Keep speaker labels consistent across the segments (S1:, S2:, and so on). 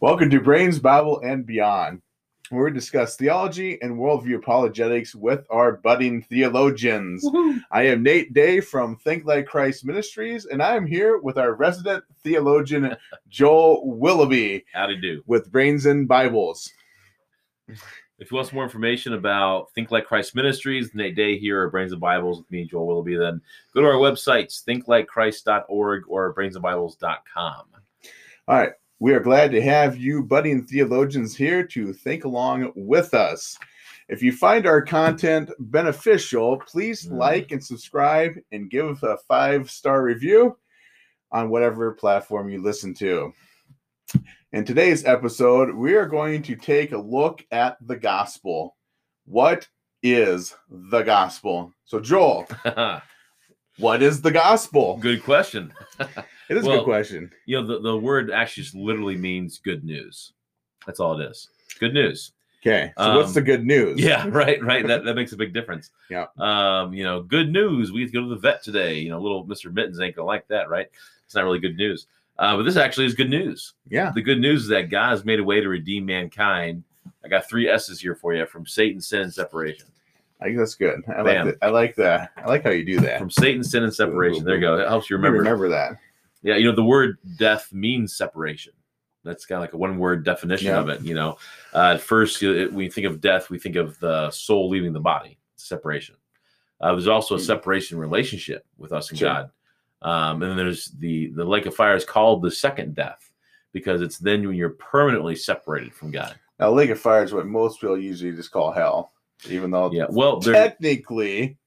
S1: Welcome to Brains, Bible, and Beyond, where we discuss theology and worldview apologetics with our budding theologians. I am Nate Day from Think Like Christ Ministries, and I am here with our resident theologian, Joel Willoughby,
S2: How to do.
S1: with Brains and Bibles.
S2: If you want some more information about Think Like Christ Ministries, Nate Day here at Brains and Bibles with me, Joel Willoughby, then go to our websites, thinklikechrist.org or brainsandbibles.com.
S1: All right. We are glad to have you, budding theologians, here to think along with us. If you find our content beneficial, please
S2: Mm.
S1: like and subscribe and give a five star review on whatever platform you listen to. In today's episode, we are going to take a look at the gospel. What is the gospel? So, Joel, what is the gospel?
S2: good question.
S1: It is a
S2: Well,
S1: good question.
S2: You know, the, the word actually just literally means good news. That's all it is. Good news.
S1: Okay. So, what's
S2: um,
S1: the good news?
S2: Yeah, right, right. That that makes a big difference.
S1: Yeah.
S2: Um, you know, good news. We have to go to the vet today. You know, little Mr. Mittens ain't gonna like that, right? It's not really good news. Uh, but this actually is good news.
S1: Yeah.
S2: The good news is that God has made a way to redeem mankind. I got three S's here for you from Satan, sin, and separation.
S1: I think that's good. I like
S2: Bam.
S1: that. I like that. I like how you do that.
S2: From Satan, sin, and separation. There you go. It helps you
S1: Remember,
S2: remember.
S1: remember that.
S2: Yeah, you know, the word death means separation. That's kind of like a one word definition
S1: Yeah.
S2: of it. You know, uh, at first, you- it- when you think of death, we think of the soul leaving the body, separation. Uh, there's also a
S1: Hmm.
S2: separation relationship with us and
S1: Sure.
S2: God. Um, and then there's the, the lake of fire is called the second death because it's then when you're permanently separated from God.
S1: Now, Lake of Fire is what most people usually just call hell, even though
S2: Yeah. Well, they're,
S1: technically,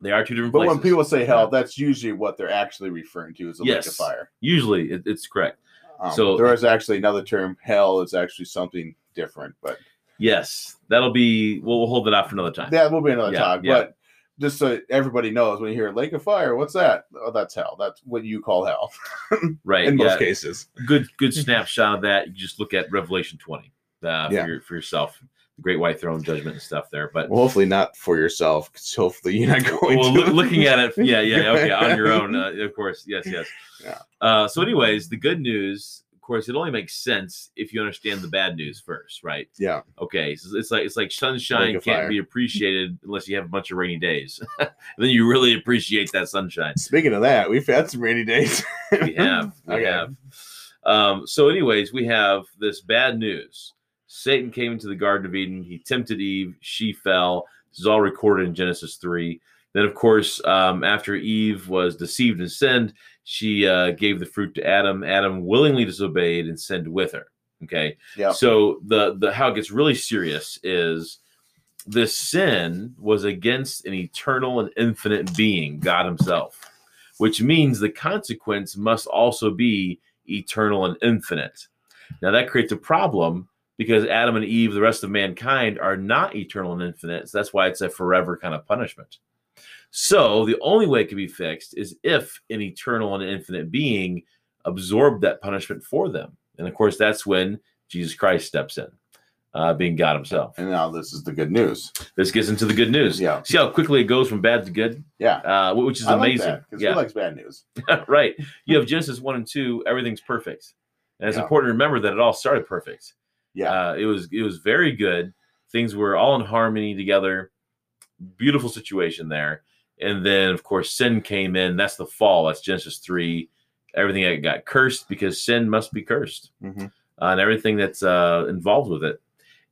S2: they are two different
S1: but
S2: places.
S1: when people say hell,
S2: Yeah.
S1: that's usually what they're actually referring to as a Lake of
S2: Yes.
S1: Fire.
S2: Usually it, it's correct.
S1: Um,
S2: So-
S1: there is actually another term, hell. It's actually something different, but
S2: Yes. That'll be, we'll, we'll hold that out for another time.
S1: that will be another
S2: Yeah,
S1: talk.
S2: yeah.
S1: But just so everybody knows, when you hear Lake of Fire, what's that? Oh, that's hell. That's what you call hell
S2: right.
S1: in
S2: yeah.
S1: most cases.
S2: good good snapshot of that. You just look at Revelation 20 uh,
S1: Yeah.
S2: for, your, for yourself, the Great White Throne Judgment and stuff there. But
S1: Well, hopefully not for yourself, 'cause hopefully you're not going
S2: well,
S1: to.
S2: loo- looking at it, yeah, yeah, okay, on your own, uh, of course, yes, yes.
S1: Yeah.
S2: Uh, so, anyways, the good news, of course, it only makes sense if you understand the bad news first, right?
S1: yeah.
S2: Okay, so it's like it's like sunshine
S1: Lake of
S2: can't
S1: fire.
S2: be appreciated unless you have a bunch of rainy days. then you really appreciate that sunshine.
S1: Speaking of that, we've had some rainy days.
S2: we have. We
S1: Okay.
S2: have. Um, so, anyways, we have this bad news. Satan came into the Garden of Eden. He tempted Eve. She fell. This is all recorded in Genesis 3. Then, of course, um, after Eve was deceived and sinned, she uh, gave the fruit to Adam. Adam willingly disobeyed and sinned with her. Okay.
S1: Yep.
S2: So, the, the how it gets really serious is this sin was against an eternal and infinite being, God Himself which means the consequence must also be eternal and infinite. Now that creates a problem because Adam and Eve, the rest of mankind, are not eternal and infinite. So that's why it's a forever kind of punishment. So the only way it can be fixed is if an eternal and infinite being absorbed that punishment for them. And of course, that's when Jesus Christ steps in, uh, being God Himself.
S1: And now this is the good news.
S2: This gets into the good news.
S1: Yeah.
S2: See how quickly it goes from bad to good,
S1: Yeah.
S2: uh, which is
S1: I like
S2: amazing.
S1: that, 'cause Who likes bad news?
S2: right. You have Genesis one and two. Everything's perfect, and it's
S1: Yeah.
S2: important to remember that it all started perfect.
S1: Yeah.
S2: uh, it was it was very good. Things were all in harmony together. Beautiful situation there, and then of course sin came in. That's the fall. That's Genesis three. Everything got cursed because sin must be cursed
S1: Mhm.
S2: uh, and everything that's uh, involved with it.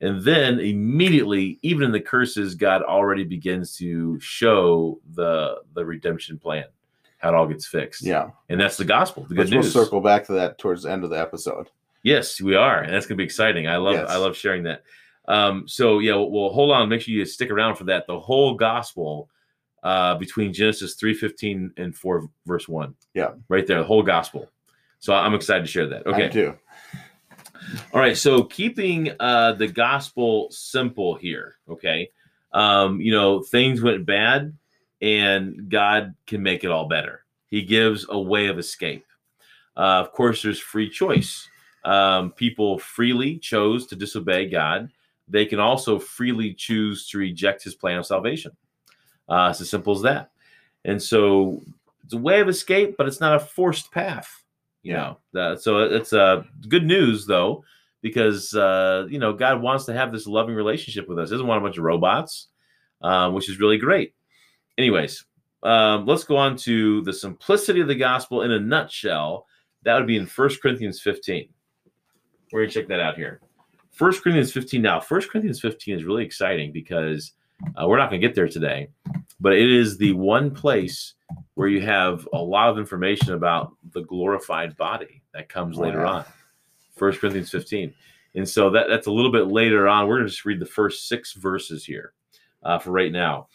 S2: And then immediately, even in the curses, God already begins to show the the redemption plan, how it all gets fixed.
S1: Yeah.
S2: and that's the gospel, the good
S1: Which
S2: news.
S1: We'll circle back to that towards the end of the episode.
S2: Yes, we are, and that's gonna be exciting. I love
S1: Yes.
S2: I love sharing that. Um, so yeah, well, well, hold on. Make sure you stick around for that. The whole gospel uh, between Genesis three fifteen and four verse one.
S1: Yeah.
S2: right there, the whole gospel. So I'm excited to share that.
S1: I
S2: Okay.
S1: do.
S2: All right, so keeping uh, the gospel simple here, okay? Um, you know, things went bad, and God can make it all better. He gives a way of escape. Uh, of course, there's free choice. Um, people freely chose to disobey God. They can also freely choose to reject His plan of salvation. Uh, it's as simple as that. And so, it's a way of escape, but it's not a forced path. You know, that, so it's uh, good news though, because uh, you know God wants to have this loving relationship with us. He doesn't want a bunch of robots, um, which is really great. Anyways, um, let's go on to the simplicity of the gospel in a nutshell. That would be in 1 Corinthians 15. We're gonna check that out here. 1 Corinthians 15 now. 1 Corinthians 15 is really exciting because uh, we're not going to get there today, but it is the one place where you have a lot of information about the glorified body that comes later
S1: Wow.
S2: on. 1 Corinthians 15. And so that, that's a little bit later on. We're going to just read the first six verses here uh, for right now.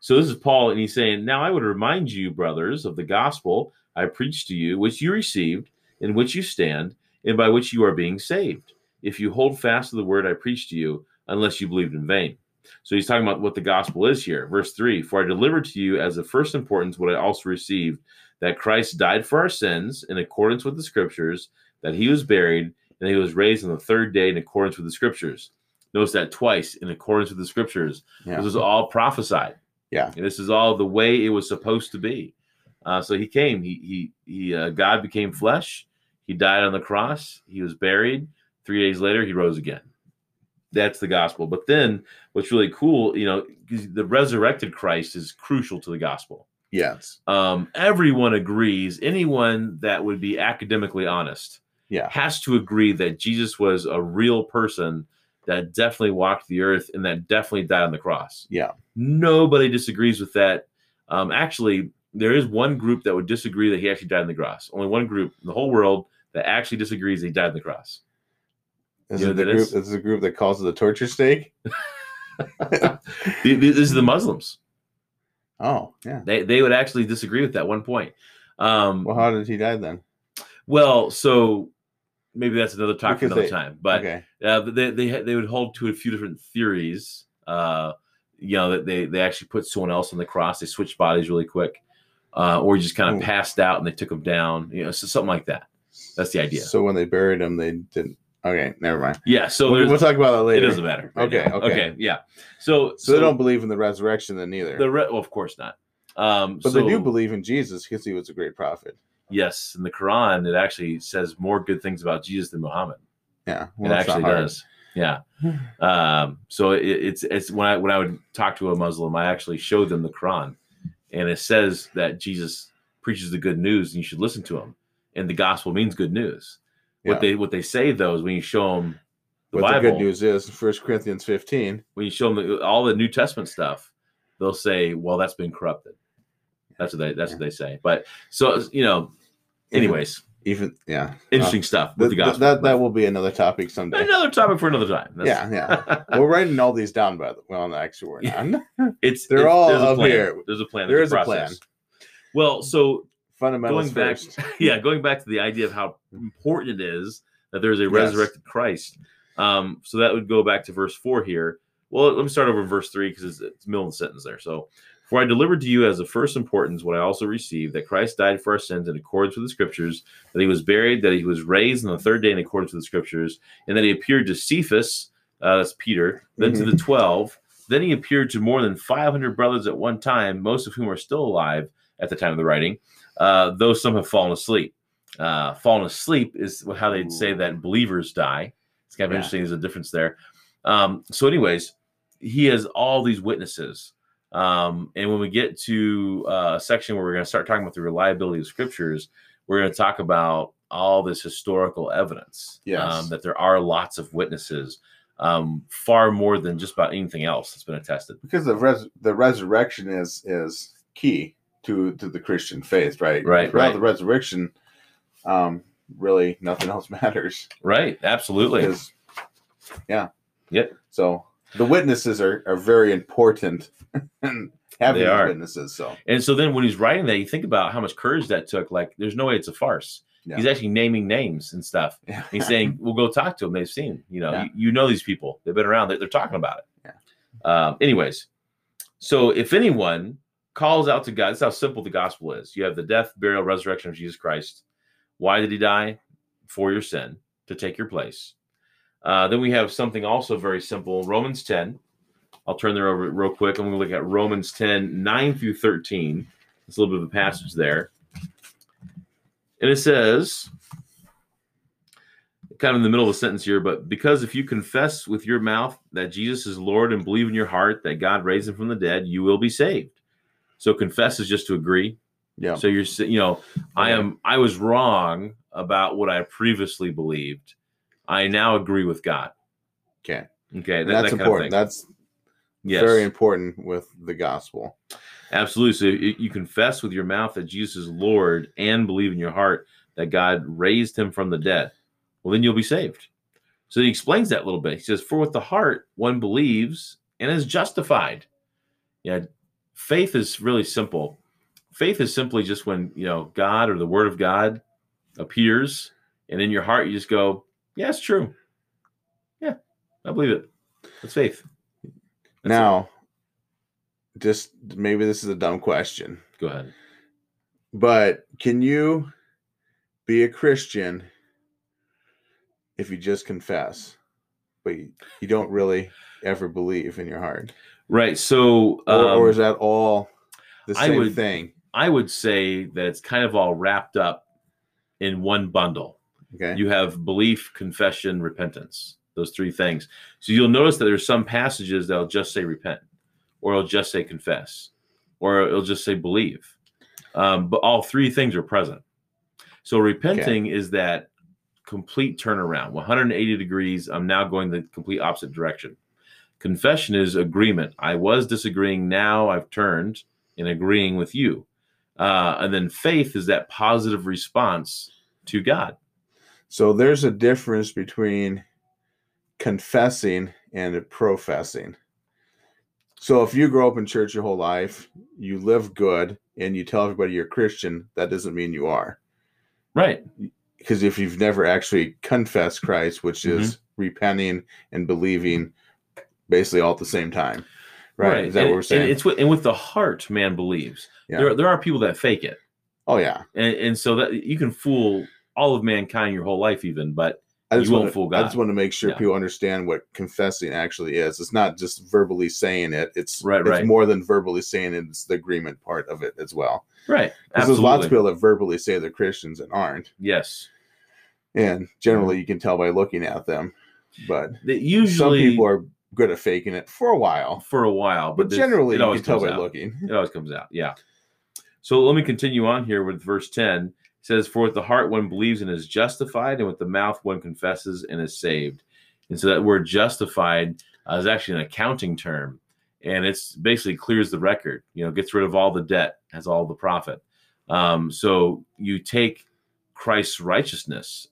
S2: So this is Paul, and he's saying, Now I would remind you, brothers, of the gospel I preached to you, which you received, in which you stand, and by which you are being saved, if you hold fast to the word I preached to you, unless you believed in vain. So he's talking about what the gospel is here. Verse 3 For I delivered to you as of first importance what I also received, that Christ died for our sins in accordance with the scriptures, that he was buried, and he was raised on the third day in accordance with the scriptures. Notice that twice in accordance with the scriptures. This was all prophesied.
S1: Yeah.
S2: And this is all the way it was supposed to be. Uh, so he came. He he he. Uh, God became flesh. He died on the cross. He was buried. Three days later, he rose again. That's the gospel. But then, what's really cool, you know, 'cause the resurrected Christ is crucial to the gospel.
S1: Yes.
S2: Um, everyone agrees. Anyone that would be academically honest
S1: Yeah.
S2: has to agree that Jesus was a real person that definitely walked the earth and that definitely died on the cross.
S1: Yeah.
S2: Nobody disagrees with that. Um, actually, there is one group that would disagree that he actually died on the cross. Only one group in the whole world that actually disagrees that he died on the cross.
S1: This
S2: You know
S1: is the
S2: what that
S1: group.
S2: is?
S1: This is the group that calls it the torture stake.
S2: Th- th- This is the Muslims.
S1: Oh, yeah.
S2: They, they would actually disagree with that one point. Um,
S1: Well, how did he die then?
S2: well, so maybe that's another talk for
S1: Because
S2: another
S1: they-
S2: time. But
S1: okay.
S2: uh, but they they ha- they would hold to a few different theories. Uh, you know that they they actually put someone else on the cross. They switched bodies really quick, uh, or just kind
S1: Ooh.
S2: of passed out and they took them down. You know, so something like that. That's the idea.
S1: So when they buried him, they didn't. Okay, never mind.
S2: Yeah. So
S1: we'll,
S2: there's,
S1: we'll talk about that
S2: it
S1: later.
S2: doesn't matter.
S1: Okay,
S2: now.
S1: okay.
S2: Yeah. So
S1: so, they don't believe in the resurrection then either.
S2: the re- well, of course not. Um,
S1: but
S2: so-
S1: they do believe in Jesus because he was a great prophet.
S2: Yes, in the Quran, it actually says more good things about Jesus than Muhammad.
S1: Yeah.
S2: it
S1: that's not
S2: actually
S1: hard.
S2: does. Yeah. um, so it, it's it's when I when I would talk to a Muslim, I actually showed them the Quran, and it says that Jesus preaches the good news, and you should listen to him. And the gospel means good news.
S1: Yeah.
S2: What they what they say though is when you show them the
S1: But the
S2: Bible,
S1: good news is, First Corinthians 15.
S2: when you show them the, all the New Testament stuff, they'll say, "Well, that's been corrupted." That's what they that's what they say. But so you know,
S1: even-
S2: anyways,
S1: Even, yeah.
S2: interesting stuff with
S1: Th-
S2: the,
S1: th-
S2: gospel.
S1: that, that will be another topic
S2: But
S1: someday.
S2: another topic for another time.
S1: Yeah, yeah. We're writing all these down, by the way. Well, no, actually, we're not.
S2: It's
S1: They're
S2: it's-
S1: all
S2: there's a
S1: up
S2: plan.
S1: here.
S2: There's a plan.
S1: There
S2: There's
S1: is a plan.
S2: process. Well, so
S1: Fundamentals
S2: going back,
S1: first.
S2: yeah, going back to the idea of how important it is that there is a
S1: Yes.
S2: resurrected Christ. Um, so that would go back to verse four here. Well, let me start over in verse three because it's, it's middle of the sentence there. So, for I delivered to you as of first importance what I also received that Christ died for our sins in accordance with the Scriptures, that He was buried, that He was raised on the third day in accordance with the Scriptures, and that He appeared to Cephas, uh, that's Peter, then to the twelve. Then he appeared to more than 500 brothers at one time, most of whom are still alive at the time of the writing, uh, though some have fallen asleep. Uh, fallen asleep is how they'd say
S1: Ooh.
S2: that believers die. It's kind of
S1: Yeah.
S2: interesting. There's a difference there. Um, so, anyways, he has all these witnesses. Um, and when we get to uh, a section where we're going to start talking about the reliability of scriptures, we're going to talk about all this historical evidence
S1: Yes.
S2: um, that there are lots of witnesses, um, far more than just about anything else that's been attested.
S1: because the res- the resurrection is is key to to the Christian faith, right?
S2: Right,
S1: Without
S2: right.
S1: the resurrection, um, really nothing else matters.
S2: Right. Absolutely.
S1: 'Cause- yeah,
S2: Yep.
S1: So the witnesses are are very important, and having
S2: They
S1: these
S2: are.
S1: witnesses. So
S2: And so then when he's writing that, you think about how much courage that took. Like, there's no way it's a farce.
S1: Yeah.
S2: He's actually naming names and stuff.
S1: yeah,
S2: He's saying, "We'll go talk to them. They've seen. You know,
S1: Yeah.
S2: you, you know these people. They've been around. They're, they're talking about it." Um, anyways, so if anyone calls out to God, that's how simple the gospel is. You have the death, burial, resurrection of Jesus Christ. Why did he die? For your sin, to take your place. Uh, then we have something also very simple Romans 10. I'll turn there over real quick. I'm going to look at Romans 10, 9 through 13. It's a little bit of a passage there. And it says, kind of in the middle of the sentence here, but because if you confess with your mouth that Jesus is Lord and believe in your heart that God raised him from the dead, you will be saved. So confess is just to agree.
S1: Yeah.
S2: So you're, s- you know, I
S1: Yeah.
S2: am, I was wrong about what I previously believed. I now agree with God.
S1: Okay.
S2: Okay.
S1: And
S2: that- that
S1: that's
S2: kind of
S1: important.
S2: thing.
S1: That's
S2: yes.
S1: very important with the gospel.
S2: Absolutely. So you you confess with your mouth that Jesus is Lord and believe in your heart that God raised him from the dead. Well, then you'll be saved. So he explains that a little bit. He says, For with the heart one believes and is justified. Yeah, faith is really simple. Faith is simply just when, you know, God or the word of God appears and in your heart you just go, Yeah, it's true. Yeah, I believe it. That's faith. That's it.
S1: now, just maybe this is a dumb question,
S2: go ahead.
S1: but can you be a Christian if you just confess, but you, you don't really ever believe in your heart?
S2: Right. So
S1: Or, or
S2: um,
S1: is that all the
S2: I
S1: same
S2: would-
S1: thing?
S2: I would say that it's kind of all wrapped up in one bundle.
S1: Okay.
S2: You have belief, confession, repentance, those three things. So you'll notice that there's some passages that'll just say repent, or it'll just say confess, or it'll just say believe. Um, but all three things are present. So repenting is that complete turnaround 180 degrees. I'm now going the complete opposite direction. Confession is agreement. I was disagreeing. Now I've turned in agreeing with you. Uh, and then faith is that positive response to God.
S1: So there's a difference between confessing and professing. So if you grow up in church your whole life, you live good, and you tell everybody you're a Christian, that doesn't mean you are.
S2: Right.
S1: Because if you've never actually confessed Christ, which
S2: Mm-hmm.
S1: is repenting and believing basically all at the same time, right? Is that
S2: and,
S1: what we're saying?
S2: And it's with, and with the heart, man believes.
S1: Yeah.
S2: There, there are people that fake it,
S1: oh, yeah.
S2: and, and so that you can fool all of mankind your whole life, even. But
S1: I
S2: You
S1: just,
S2: won't
S1: want
S2: fool
S1: to, I just
S2: God.
S1: want to make sure
S2: Yeah.
S1: people understand what confessing actually is. It's not just verbally saying it. It's
S2: Right,
S1: it's
S2: right.
S1: more than verbally saying it. It's the agreement part of it as well.
S2: right,
S1: Because there's
S2: absolutely,
S1: lots of people that verbally say they're Christians and aren't.
S2: yes.
S1: And generally, you can tell by looking at them. But
S2: That usually
S1: some people are good at faking it for a while.
S2: for a while,
S1: But
S2: but this-
S1: generally,
S2: it
S1: you
S2: always
S1: can tell
S2: comes
S1: by
S2: out.
S1: looking.
S2: It always comes out. Yeah. So let me continue on here with verse 10. It says, For with the heart one believes and is justified, and with the mouth one confesses and is saved. And so that word justified uh, is actually an accounting term. And it's basically clears the record, you know, gets rid of all the debt, has all the profit. Um, so you take Christ's righteousness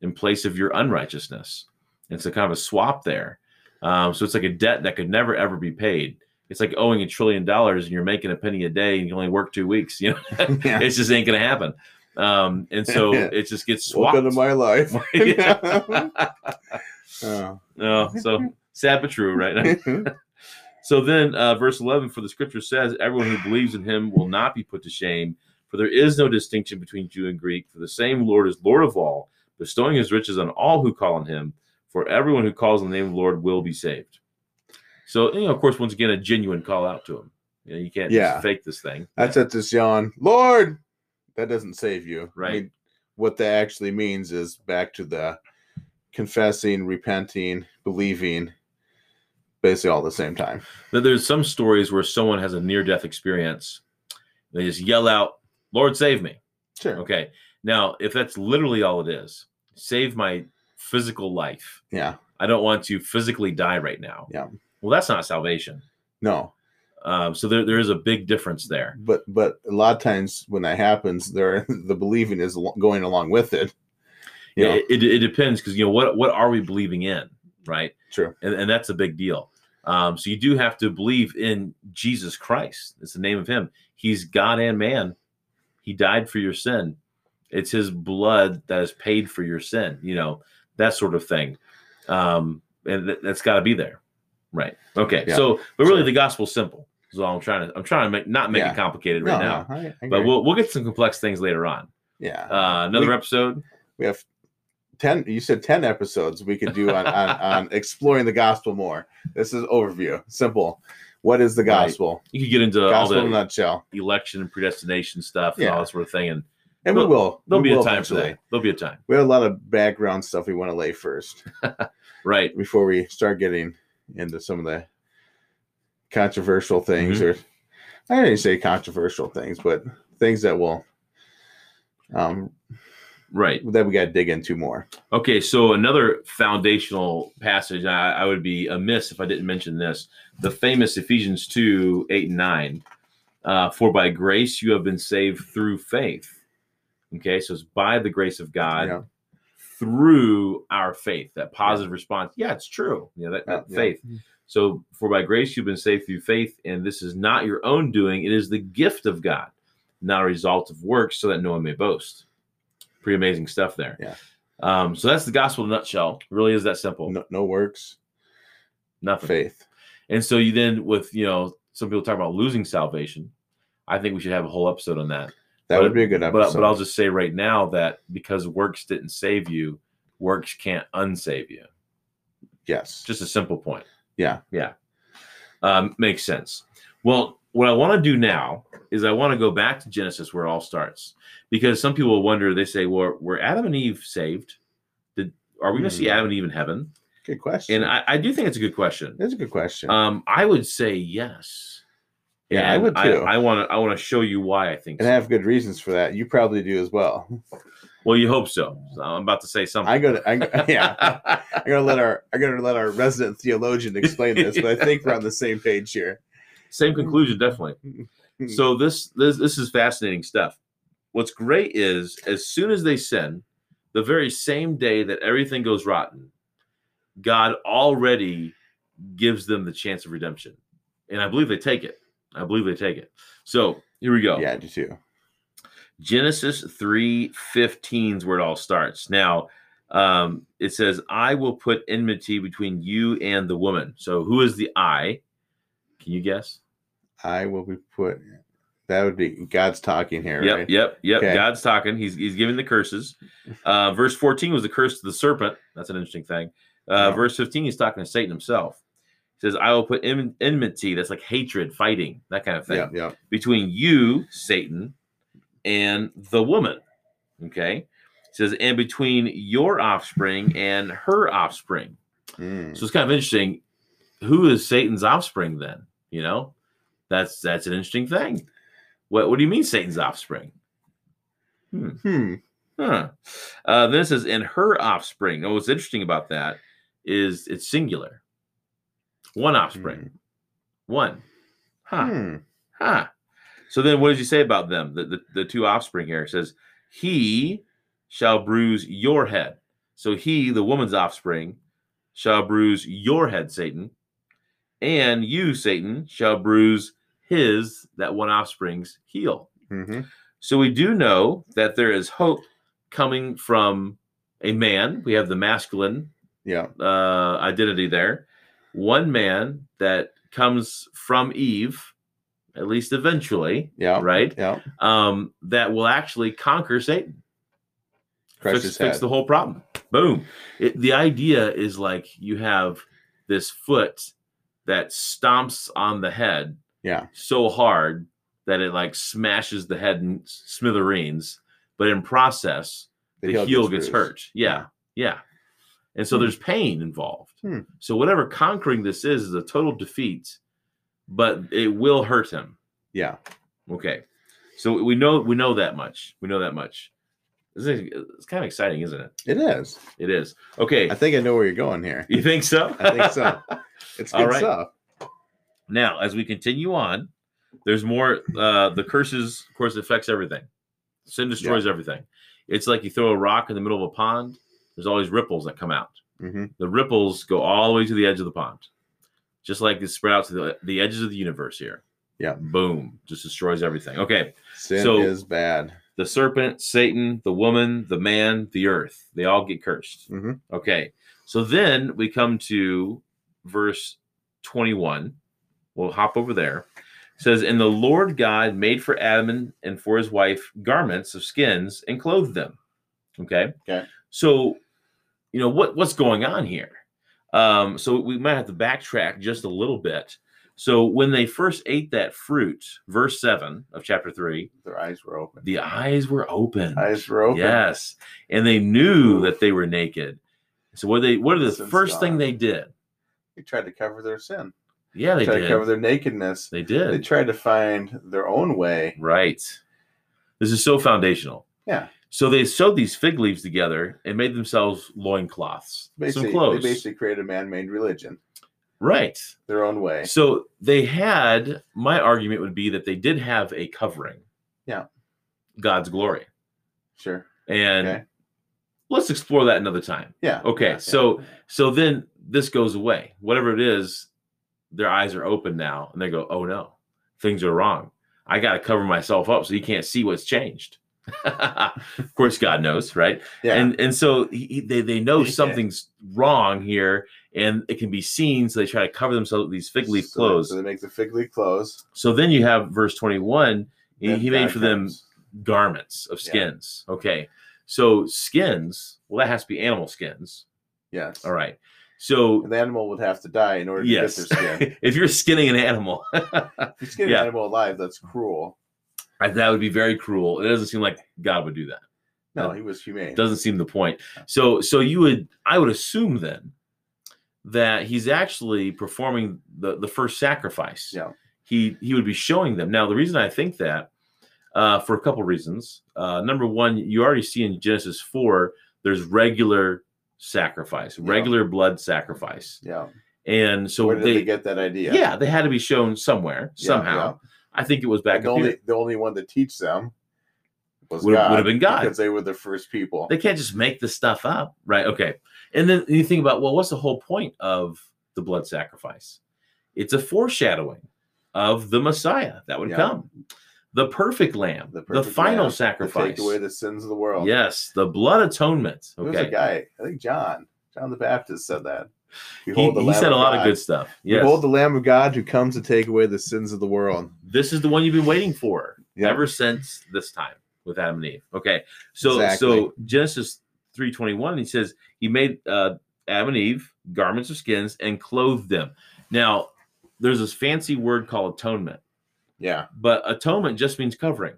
S2: in place of your unrighteousness. It's a kind of a swap there. Um, so it's like a debt that could never ever be paid it's like owing a trillion dollars and you're making a penny a day and you can only work two weeks. You know,
S1: Yeah.
S2: it just ain't gonna happen. Um, and so it just gets swapped.
S1: Welcome to my life. Oh.
S2: no, so sad but true, right? so then, uh, verse eleven for the scripture says, "Everyone who believes in him will not be put to shame, for there is no distinction between Jew and Greek. For the same Lord is Lord of all, bestowing His riches on all who call on Him. For everyone who calls on the name of the Lord will be saved." So, you know, of course, once again, a genuine call out to Him. You know, you can't
S1: Yeah.
S2: just fake this thing.
S1: That's at this yawn. Lord, that doesn't save you.
S2: Right.
S1: what that actually means is back to the confessing, repenting, believing, basically all at the same time.
S2: Now, there's some stories where someone has a near death experience. They just yell out, Lord, save me.
S1: Sure.
S2: Okay. Now, if that's literally all it is, save my physical life.
S1: Yeah.
S2: I don't want to physically die right now.
S1: Yeah.
S2: Well, that's not salvation.
S1: No.
S2: Um, so there, there is a big difference there.
S1: But but a lot of times when that happens, there the believing is al- going along with it. You know,
S2: It, it, it depends because, you know, what, what are we believing in? Right.
S1: true.
S2: And, and that's a big deal. Um, so you do have to believe in Jesus Christ. It's the name of Him. He's God and man. He died for your sin. It's His blood that is paid for your sin. You know that sort of thing, um, and th- that's got to be there, right? Okay.
S1: Yeah,
S2: so, but really,
S1: sure.
S2: the gospel's simple. Is all I'm trying to. I'm trying to make not make
S1: Yeah.
S2: it complicated right now.
S1: no, I- I
S2: But
S1: agree.
S2: we'll we'll get some complex things later on.
S1: yeah.
S2: Uh, another
S1: We-
S2: episode.
S1: we have 10 you said 10 episodes we could do on, on, on exploring the gospel more this is overview simple what is the
S2: Right.
S1: gospel
S2: You could get into all
S1: gospel
S2: the
S1: in a nutshell
S2: election and predestination stuff and
S1: Yeah.
S2: all that sort of thing, and
S1: And we
S2: There'll-
S1: will.
S2: There'll
S1: We
S2: be a
S1: will
S2: time for
S1: eventually.
S2: that. There'll be a time.
S1: We have a lot of background stuff we want to lay first
S2: Right.
S1: before we start getting into some of the controversial things,
S2: Mm-hmm.
S1: or I didn't say controversial things, but things that will um,
S2: Right.
S1: that we got to dig into more.
S2: Okay, so another foundational passage, I, I would be amiss if I didn't mention this. The famous Ephesians 2 8 and 9. Uh, For by grace you have been saved through faith. Okay, so it's by the grace of God
S1: Yeah.
S2: through our faith, that positive response. Yeah, it's true. Yeah, that, that
S1: Yeah, yeah.
S2: faith. So, for by grace you've been saved through faith, and this is not your own doing, it is the gift of God, not a result of works, so that no one may boast. Pretty amazing stuff there.
S1: Yeah.
S2: Um, so that's the gospel in a nutshell. Really is that simple.
S1: No, no works,
S2: Nothing.
S1: faith.
S2: And so you then with you know, some people talk about losing salvation. I think we should have a whole episode on that.
S1: That
S2: But-
S1: would be a good
S2: But
S1: episode.
S2: but I'll just say right now that because works didn't save you, works can't unsave you.
S1: yes.
S2: Just a simple point.
S1: Yeah.
S2: Yeah. Um, makes sense. Well, what I want to do now is I want to go back to Genesis where it all starts because some people wonder, they say, well, were Adam and Eve saved? Did, are we going to see
S1: Hmm.
S2: Adam and Eve in heaven?
S1: good question.
S2: And I, I do think it's a good question.
S1: That's a good question.
S2: Um, I would say yes.
S1: Yeah, I
S2: And
S1: would too.
S2: I want to. I want to show you why I think.
S1: and
S2: So.
S1: I have good reasons for that. You probably do as well.
S2: well, you hope so. So I'm about to say something.
S1: I go to, I, yeah, I'm gonna let our, I'm gonna let our resident theologian explain this, but I think we're on the same page here.
S2: Same conclusion, definitely. so this this this is fascinating stuff. What's great is as soon as they sin, the very same day that everything goes rotten, God already gives them the chance of redemption. And I believe they take it. I believe they take it. So here we go.
S1: Yeah, I do too.
S2: Genesis 3:15 is where it all starts. Now, um, it says, I will put enmity between you and the woman. So who is the I? Can you guess?
S1: I will be put. That would be God's talking here,
S2: Yep,
S1: right?
S2: yep, yep.
S1: Okay.
S2: God's talking. He's he's giving the curses. Uh, verse 14 was the curse to the serpent. That's an interesting thing. Uh,
S1: Yeah.
S2: Verse 15, he's talking to Satan himself. He says, I will put en- enmity, that's like hatred, fighting, that kind of thing,
S1: Yep, yep.
S2: between you, Satan, and the woman. Okay. He says, and between your offspring and her offspring.
S1: Mm.
S2: So it's kind of interesting. Who is Satan's offspring then? You know, that's that's an interesting thing. What what do you mean Satan's offspring?
S1: Hmm.
S2: Huh. Uh, then it says, and her offspring. Now, what's interesting about that is it's singular. One offspring. One. Huh.
S1: Hmm.
S2: Huh. So then what does he say about them? The, the, the two offspring here it says, He shall bruise your head. So he, the woman's offspring, shall bruise your head, Satan. And you, Satan, shall bruise his, that one offspring's heel.
S1: Mhm.
S2: So we do know that there is hope coming from a man. We have the masculine
S1: Yeah.
S2: uh, identity there. One man that comes from Eve, at least eventually,
S1: Yeah.
S2: right?
S1: Yeah.
S2: Um, that will actually conquer Satan,
S1: Crush
S2: fix,
S1: his
S2: fix
S1: head.
S2: the whole problem. Boom. It, the idea is like you have this foot that stomps on the head
S1: yeah.
S2: so hard that it like smashes the head and smithereens. But in process, the, heel gets,
S1: bruised.
S2: hurt. Yeah, yeah. And so
S1: Hmm.
S2: there's pain involved.
S1: Hmm.
S2: So whatever conquering this is is a total defeat, but it will hurt him.
S1: Yeah.
S2: Okay. So we know we know that much. We know that much. This is, it's kind of exciting, isn't it?
S1: It is.
S2: It is. Okay.
S1: I think I know where you're going here.
S2: you think so?
S1: I think so. It's
S2: All
S1: good
S2: right.
S1: stuff.
S2: Now, as we continue on, there's more. Uh, the curses, of course, affects everything. Sin destroys everything. It's like you throw a rock in the middle of a pond. There's always ripples that come out.
S1: hmm
S2: The ripples go all the way to the edge of the pond, just like it's spread out to the, the edges of the universe here.
S1: Yeah.
S2: Boom. Just destroys everything. Okay.
S1: Sin
S2: So-
S1: is bad.
S2: The serpent, Satan, the woman, the man, the earth. They all get cursed.
S1: Mhm.
S2: Okay. So then we come to verse 21. We'll hop over there. It says, And the Lord God made for Adam and, and for his wife garments of skins and clothed them. Okay.
S1: Okay.
S2: So, you know, what what's going on here? Um, so we might have to backtrack just a little bit. So when they first ate that fruit, verse 7 of chapter 3,
S1: Their eyes were open.
S2: the eyes were open.
S1: eyes were open.
S2: Yes. And they knew that they were naked. So what they what are the
S1: Since
S2: first thing
S1: God.
S2: they did?
S1: They tried to cover their sin.
S2: Yeah, they
S1: tried to cover
S2: did.
S1: their nakedness.
S2: They
S1: They
S2: did.
S1: tried to find their own way.
S2: Right. This is so foundational.
S1: Yeah.
S2: So they sewed these fig leaves together and made themselves loincloths, some
S1: Basically,
S2: clothes.
S1: they basically created a man-made religion,
S2: right.
S1: their own way.
S2: So they had, my argument would be that they did have a covering.
S1: Yeah.
S2: God's glory.
S1: Sure.
S2: And
S1: Okay.
S2: let's explore that another time.
S1: Yeah.
S2: Okay.
S1: yeah,
S2: so
S1: yeah.
S2: so then this goes away. Whatever it is, their eyes are open now and they go, "Oh no. Things are wrong. I got to cover myself up so you can't see what's changed." of course God knows, right?
S1: yeah.
S2: and and so he, he- they they know
S1: Yeah.
S2: something's wrong here, and it can be seen. So they try to cover themselves with these fig leaf
S1: So they-
S2: clothes.
S1: So they make the fig leaf clothes.
S2: so then you have verse twenty one. He,
S1: Then
S2: he made
S1: God
S2: for them
S1: comes.
S2: garments of
S1: Yeah.
S2: skins. Okay, so skins. Well, that has to be animal skins.
S1: Yes.
S2: All right. So
S1: And the animal would have to die in order to
S2: yes,
S1: get their skin.
S2: if you're skinning an animal,
S1: if you skin
S2: Yeah. Mm.
S1: an animal alive, that's cruel.
S2: that would be very cruel. It doesn't seem like God would do that.
S1: No,
S2: That
S1: he was humane.
S2: doesn't seem the point. So so you would I would assume then that he's actually performing the the first sacrifice.
S1: Yeah.
S2: He he would be showing them. Now the reason I think that uh, for a couple reasons. Uh, number one, you already see in Genesis four there's regular sacrifice,
S1: Yeah.
S2: regular blood sacrifice,
S1: yeah.
S2: and so
S1: Where did they,
S2: they,
S1: get that idea?
S2: yeah. they had to be shown somewhere
S1: Yeah,
S2: somehow.
S1: yeah.
S2: I think it was
S1: And
S2: back
S1: the
S2: up here.
S1: only the only one to teach them was
S2: Would- would
S1: God
S2: have been God.
S1: because they were the first people.
S2: They can't just make this stuff up, right? Okay. And then you think about, well, what's the whole point of the blood sacrifice? It's a foreshadowing of the Messiah that would
S1: Yeah.
S2: come, the perfect Lamb, the,
S1: perfect
S2: final
S1: lamb
S2: sacrifice.
S1: to take away the sins of the world.
S2: yes, the blood atonement.
S1: There was a
S2: Okay.
S1: guy, I think John, John the Baptist said that.
S2: He,
S1: Behold the
S2: he
S1: Lamb
S2: said a lot
S1: God.
S2: of good stuff. Yes.
S1: Behold the Lamb of God who comes to take away the sins of the world.
S2: this is the one you've been waiting for
S1: Yeah.
S2: ever since this time with Adam and Eve. Okay, so
S1: Exactly.
S2: so Genesis three twenty one, he says he made uh, Adam and Eve garments of skins and clothed them. Now there's this fancy word called atonement,
S1: Yeah.
S2: but atonement just means covering.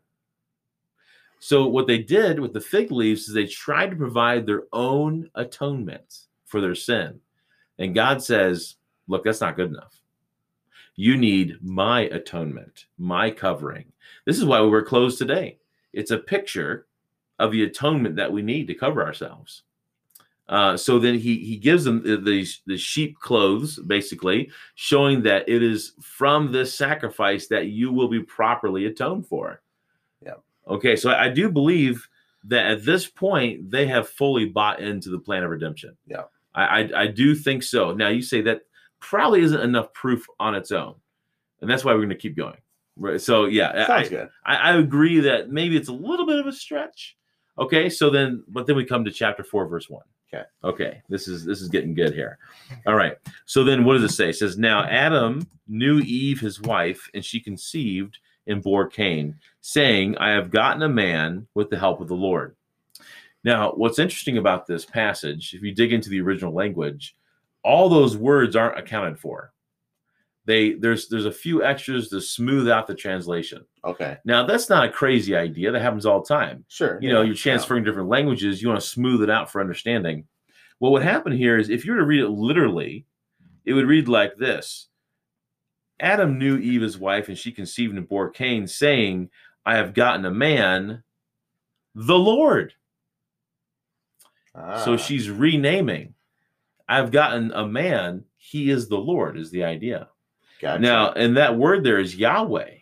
S2: So what they did with the fig leaves is they tried to provide their own atonement for their sin, and God says, "Look, that's not good enough." You need my atonement, my covering. This is why we wear clothes today. It's a picture of the atonement that we need to cover ourselves. Uh, so then he he gives them the, the, the sheep clothes, basically showing that it is from this sacrifice that you will be properly atoned for.
S1: Yeah.
S2: Okay, so I do believe that at this point they have fully bought into the plan of redemption.
S1: Yeah.
S2: I I, I do think so. Now you say that probably isn't enough proof on its own, and that's why we're going to keep going. Right. So yeah, I-
S1: Sounds good.
S2: I, I agree that maybe it's a little bit of a stretch. Okay, so then, but then we come to chapter four, verse one.
S1: Okay.
S2: Okay. This is this is getting good here. All right. So then, what does it say? It says, "Now Adam knew Eve, his wife, and she conceived and bore Cain, saying, I have gotten a man with the help of the Lord." Now, what's interesting about this passage, if you dig into the original language, all those words aren't accounted for. They there's there's a few extras to smooth out the translation.
S1: Okay.
S2: Now, that's not a crazy idea. That happens all the time.
S1: Sure.
S2: You know,
S1: yeah,
S2: you're transferring different languages, you want to smooth it out for understanding. Well, what happened here is if you were to read it literally, it would read like this Adam knew Eve, his wife, and she conceived and bore Cain, saying, I have gotten a man, the Lord.
S1: yeah. Ah,
S2: So she's renaming. I've gotten a man, he is the Lord, is the idea.
S1: gotcha.
S2: Now, and that word there is Yahweh.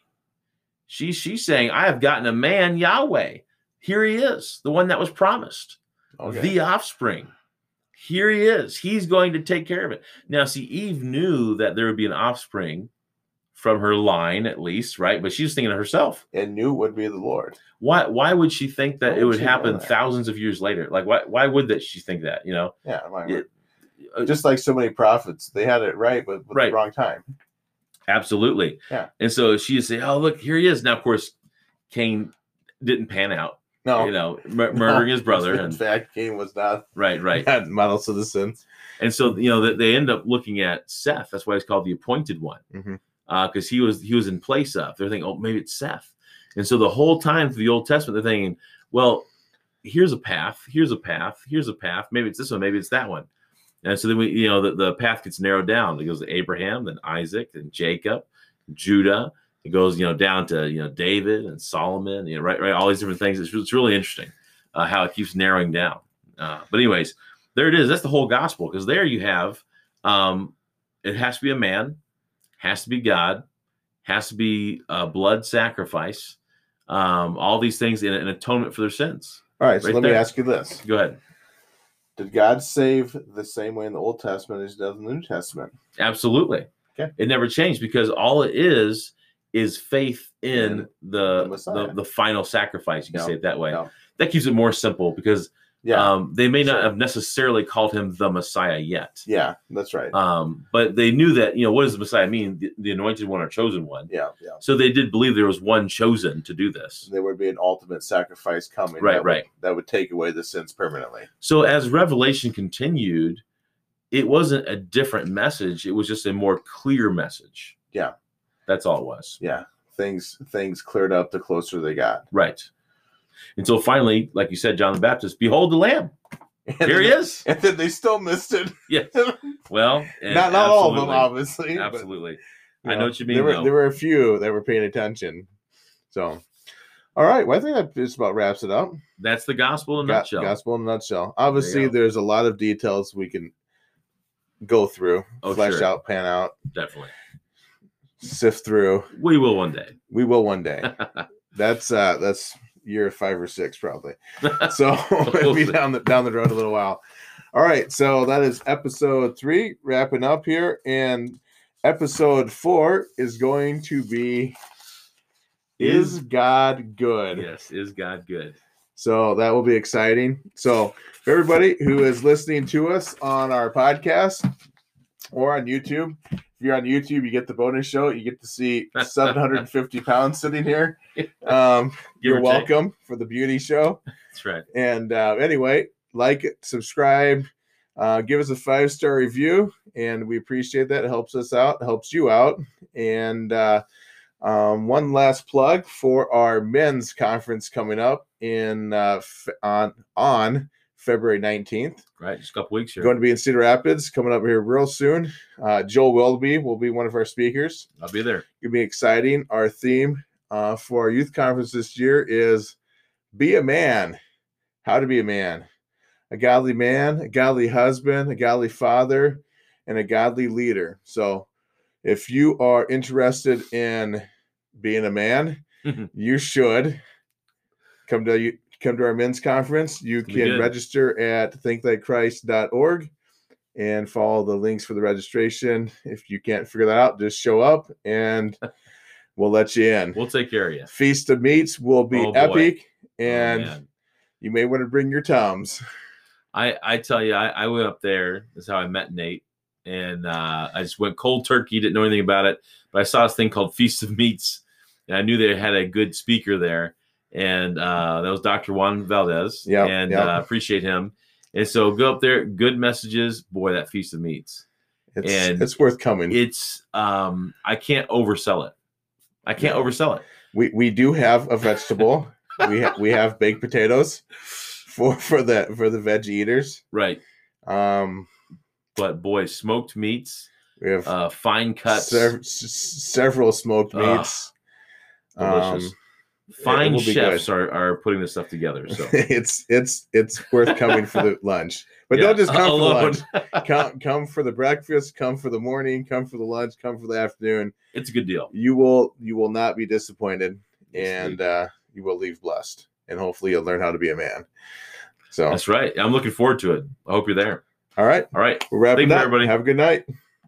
S2: She she's saying, I have gotten a man, Yahweh. Here he is, the one that was promised,
S1: okay.
S2: the offspring. Here he is. He's going to take care of it. Now, see, Eve knew that there would be an offspring from her line, at least, right? But she was thinking of herself.
S1: and knew would be the Lord.
S2: Why why would she think that
S1: Why
S2: it
S1: would
S2: would
S1: she know
S2: happen
S1: that?
S2: thousands of years later? Like why why would that she think that? You know?
S1: Yeah, my
S2: Yeah,
S1: word.
S2: uh,
S1: just like so many prophets, they had it right, but but
S2: Right.
S1: the wrong time.
S2: Absolutely.
S1: Yeah.
S2: And so she'd say, Oh, look, here he is. Now, of course, Cain didn't pan out.
S1: No,
S2: you know, mur- murdering his brother.
S1: In
S2: And,
S1: fact, Cain was not
S2: right, right.
S1: not model citizen.
S2: And so, you know, that they end up looking at Seth. That's why he's called the appointed one.
S1: Mhm.
S2: because he was he was in place of. They're thinking, oh, maybe it's Seth. And so the whole time through the Old Testament, they're thinking, well, here's a path, here's a path, here's a path. Maybe it's this one, maybe it's that one. And so then we, you know, the, the path gets narrowed down. It goes to Abraham, then Isaac, then Jacob, Judah. It goes, you know, down to you know David and Solomon. You know, right, right, all these different things. It's, it's really interesting uh, how it keeps narrowing down. Uh, but anyways, there it is. That's the whole gospel because there you have um, it has to be a man, has to be God, has to be a blood sacrifice, um, all these things in an atonement for their sins.
S1: All right, so
S2: Right
S1: let me
S2: there.
S1: ask you this:
S2: Go ahead.
S1: Did God save the same way in the Old Testament as He does in the New Testament?
S2: Absolutely.
S1: Okay.
S2: It never changed because all it is is faith in
S1: In
S2: the
S1: the
S2: the,
S1: Messiah.
S2: the, final sacrifice. You can
S1: No,
S2: say it that way.
S1: no.
S2: That keeps it more simple because
S1: Yeah,
S2: um, they may not
S1: sure.
S2: have necessarily called him the Messiah yet.
S1: yeah, that's right.
S2: Um, but they knew that you know what does the Messiah mean? The, the anointed one or chosen one.
S1: yeah, yeah.
S2: So they did believe there was one chosen to do this.
S1: There would be an ultimate sacrifice coming.
S2: Right,
S1: that would-
S2: right.
S1: that would take away the sins permanently.
S2: So as Revelation continued, it wasn't a different message. It was just a more clear message.
S1: Yeah.
S2: That's all it was.
S1: Yeah, things things cleared up the closer they got.
S2: Right. Until finally, like you said, John the Baptist, behold the Lamb. Here he is.
S1: And then they still missed it.
S2: Yes. Well, and
S1: not not all of them, obviously.
S2: absolutely-
S1: but,
S2: Absolutely. I know what you mean,
S1: There were
S2: though.
S1: there were a few that were paying attention. So, all right. Well, I think that just about wraps it up.
S2: That's the gospel in a
S1: Go-
S2: nutshell.
S1: Gospel in a nutshell. Obviously,
S2: go.
S1: there's a lot of details we can go through,
S2: Oh,
S1: flesh
S2: sure.
S1: out, pan out,
S2: Definitely.
S1: sift through.
S2: We will one day.
S1: We will one day. that's uh that's year five or six probably. So it'll be
S2: see.
S1: down the down the road a little while. All right, so that is episode three wrapping up here, and episode four is going to be
S2: Is-
S1: Is God Good?
S2: yes. Is God good?
S1: So that will be exciting. So for everybody who is listening to us on our podcast or on YouTube, if you're on YouTube, you get the bonus show. You get to see 750 pounds sitting here. Um,
S2: Give
S1: you're
S2: or take.
S1: welcome for the beauty show.
S2: That's right.
S1: And uh, anyway, like it, subscribe, uh, give us a five star review, and we appreciate that. It helps us out, helps you out. And uh, um, one last plug for our men's conference coming up in uh, f- on on February nineteenth.
S2: Right. Just a couple weeks here.
S1: Going to be in Cedar Rapids, coming up here real soon. Uh, Joel Willoughby will be one of our speakers.
S2: I'll be there.
S1: It'll be exciting. Our theme uh, for our youth conference this year is Be a Man. How to be a man. A godly man, a godly husband, a godly father, and a godly leader. So if you are interested in being a man,
S2: Mm-hmm.
S1: you should come to you come to our men's conference. You
S2: gonna be
S1: can
S2: good.
S1: register at thinklikechrist.org and follow the links for the registration. If you can't figure that out, just show up and we'll let you in.
S2: We'll take care of you.
S1: Feast of Meats will be
S2: Oh, boy.
S1: epic,
S2: Oh,
S1: and
S2: man.
S1: you may want to bring your tums.
S2: I, I tell you, I, I went up there. That's how I met Nate. And uh, I just went cold turkey, didn't know anything about it. But I saw this thing called Feast of Meats. And I knew they had a good speaker there. And uh, that was Dr. Juan Valdez.
S1: Yeah,
S2: And
S1: yeah.
S2: Uh, appreciate him. And so go up there, good messages. Boy, that Feast of Meats.
S1: It's,
S2: And
S1: it's worth coming.
S2: It's, um, I can't oversell it. I can't oversell it.
S1: we we do have a vegetable. we ha- we have baked potatoes for for the for the veggie eaters.
S2: Right.
S1: Um,
S2: But boy, smoked meats,
S1: we have
S2: uh, fine cuts,
S1: sev- s- s- several smoked
S2: Ugh,
S1: meats.
S2: delicious.
S1: Um,
S2: fine
S1: will be
S2: chefs are, are putting this stuff together. So.
S1: it's it's it's worth coming for the lunch. But
S2: Yeah,
S1: don't just come for the
S2: alone.
S1: lunch. Come come for the breakfast. Come for the morning. Come for the lunch. Come for the afternoon.
S2: It's a good deal.
S1: You will you will not be disappointed, and
S2: Sweet.
S1: uh, you will leave blessed. And hopefully, you'll learn how to be a man. So,
S2: that's right. I'm looking forward to it. I hope you're there.
S1: all right,
S2: All right.
S1: we're wrapping
S2: Thank you,
S1: up.
S2: everybody.
S1: Have a good night.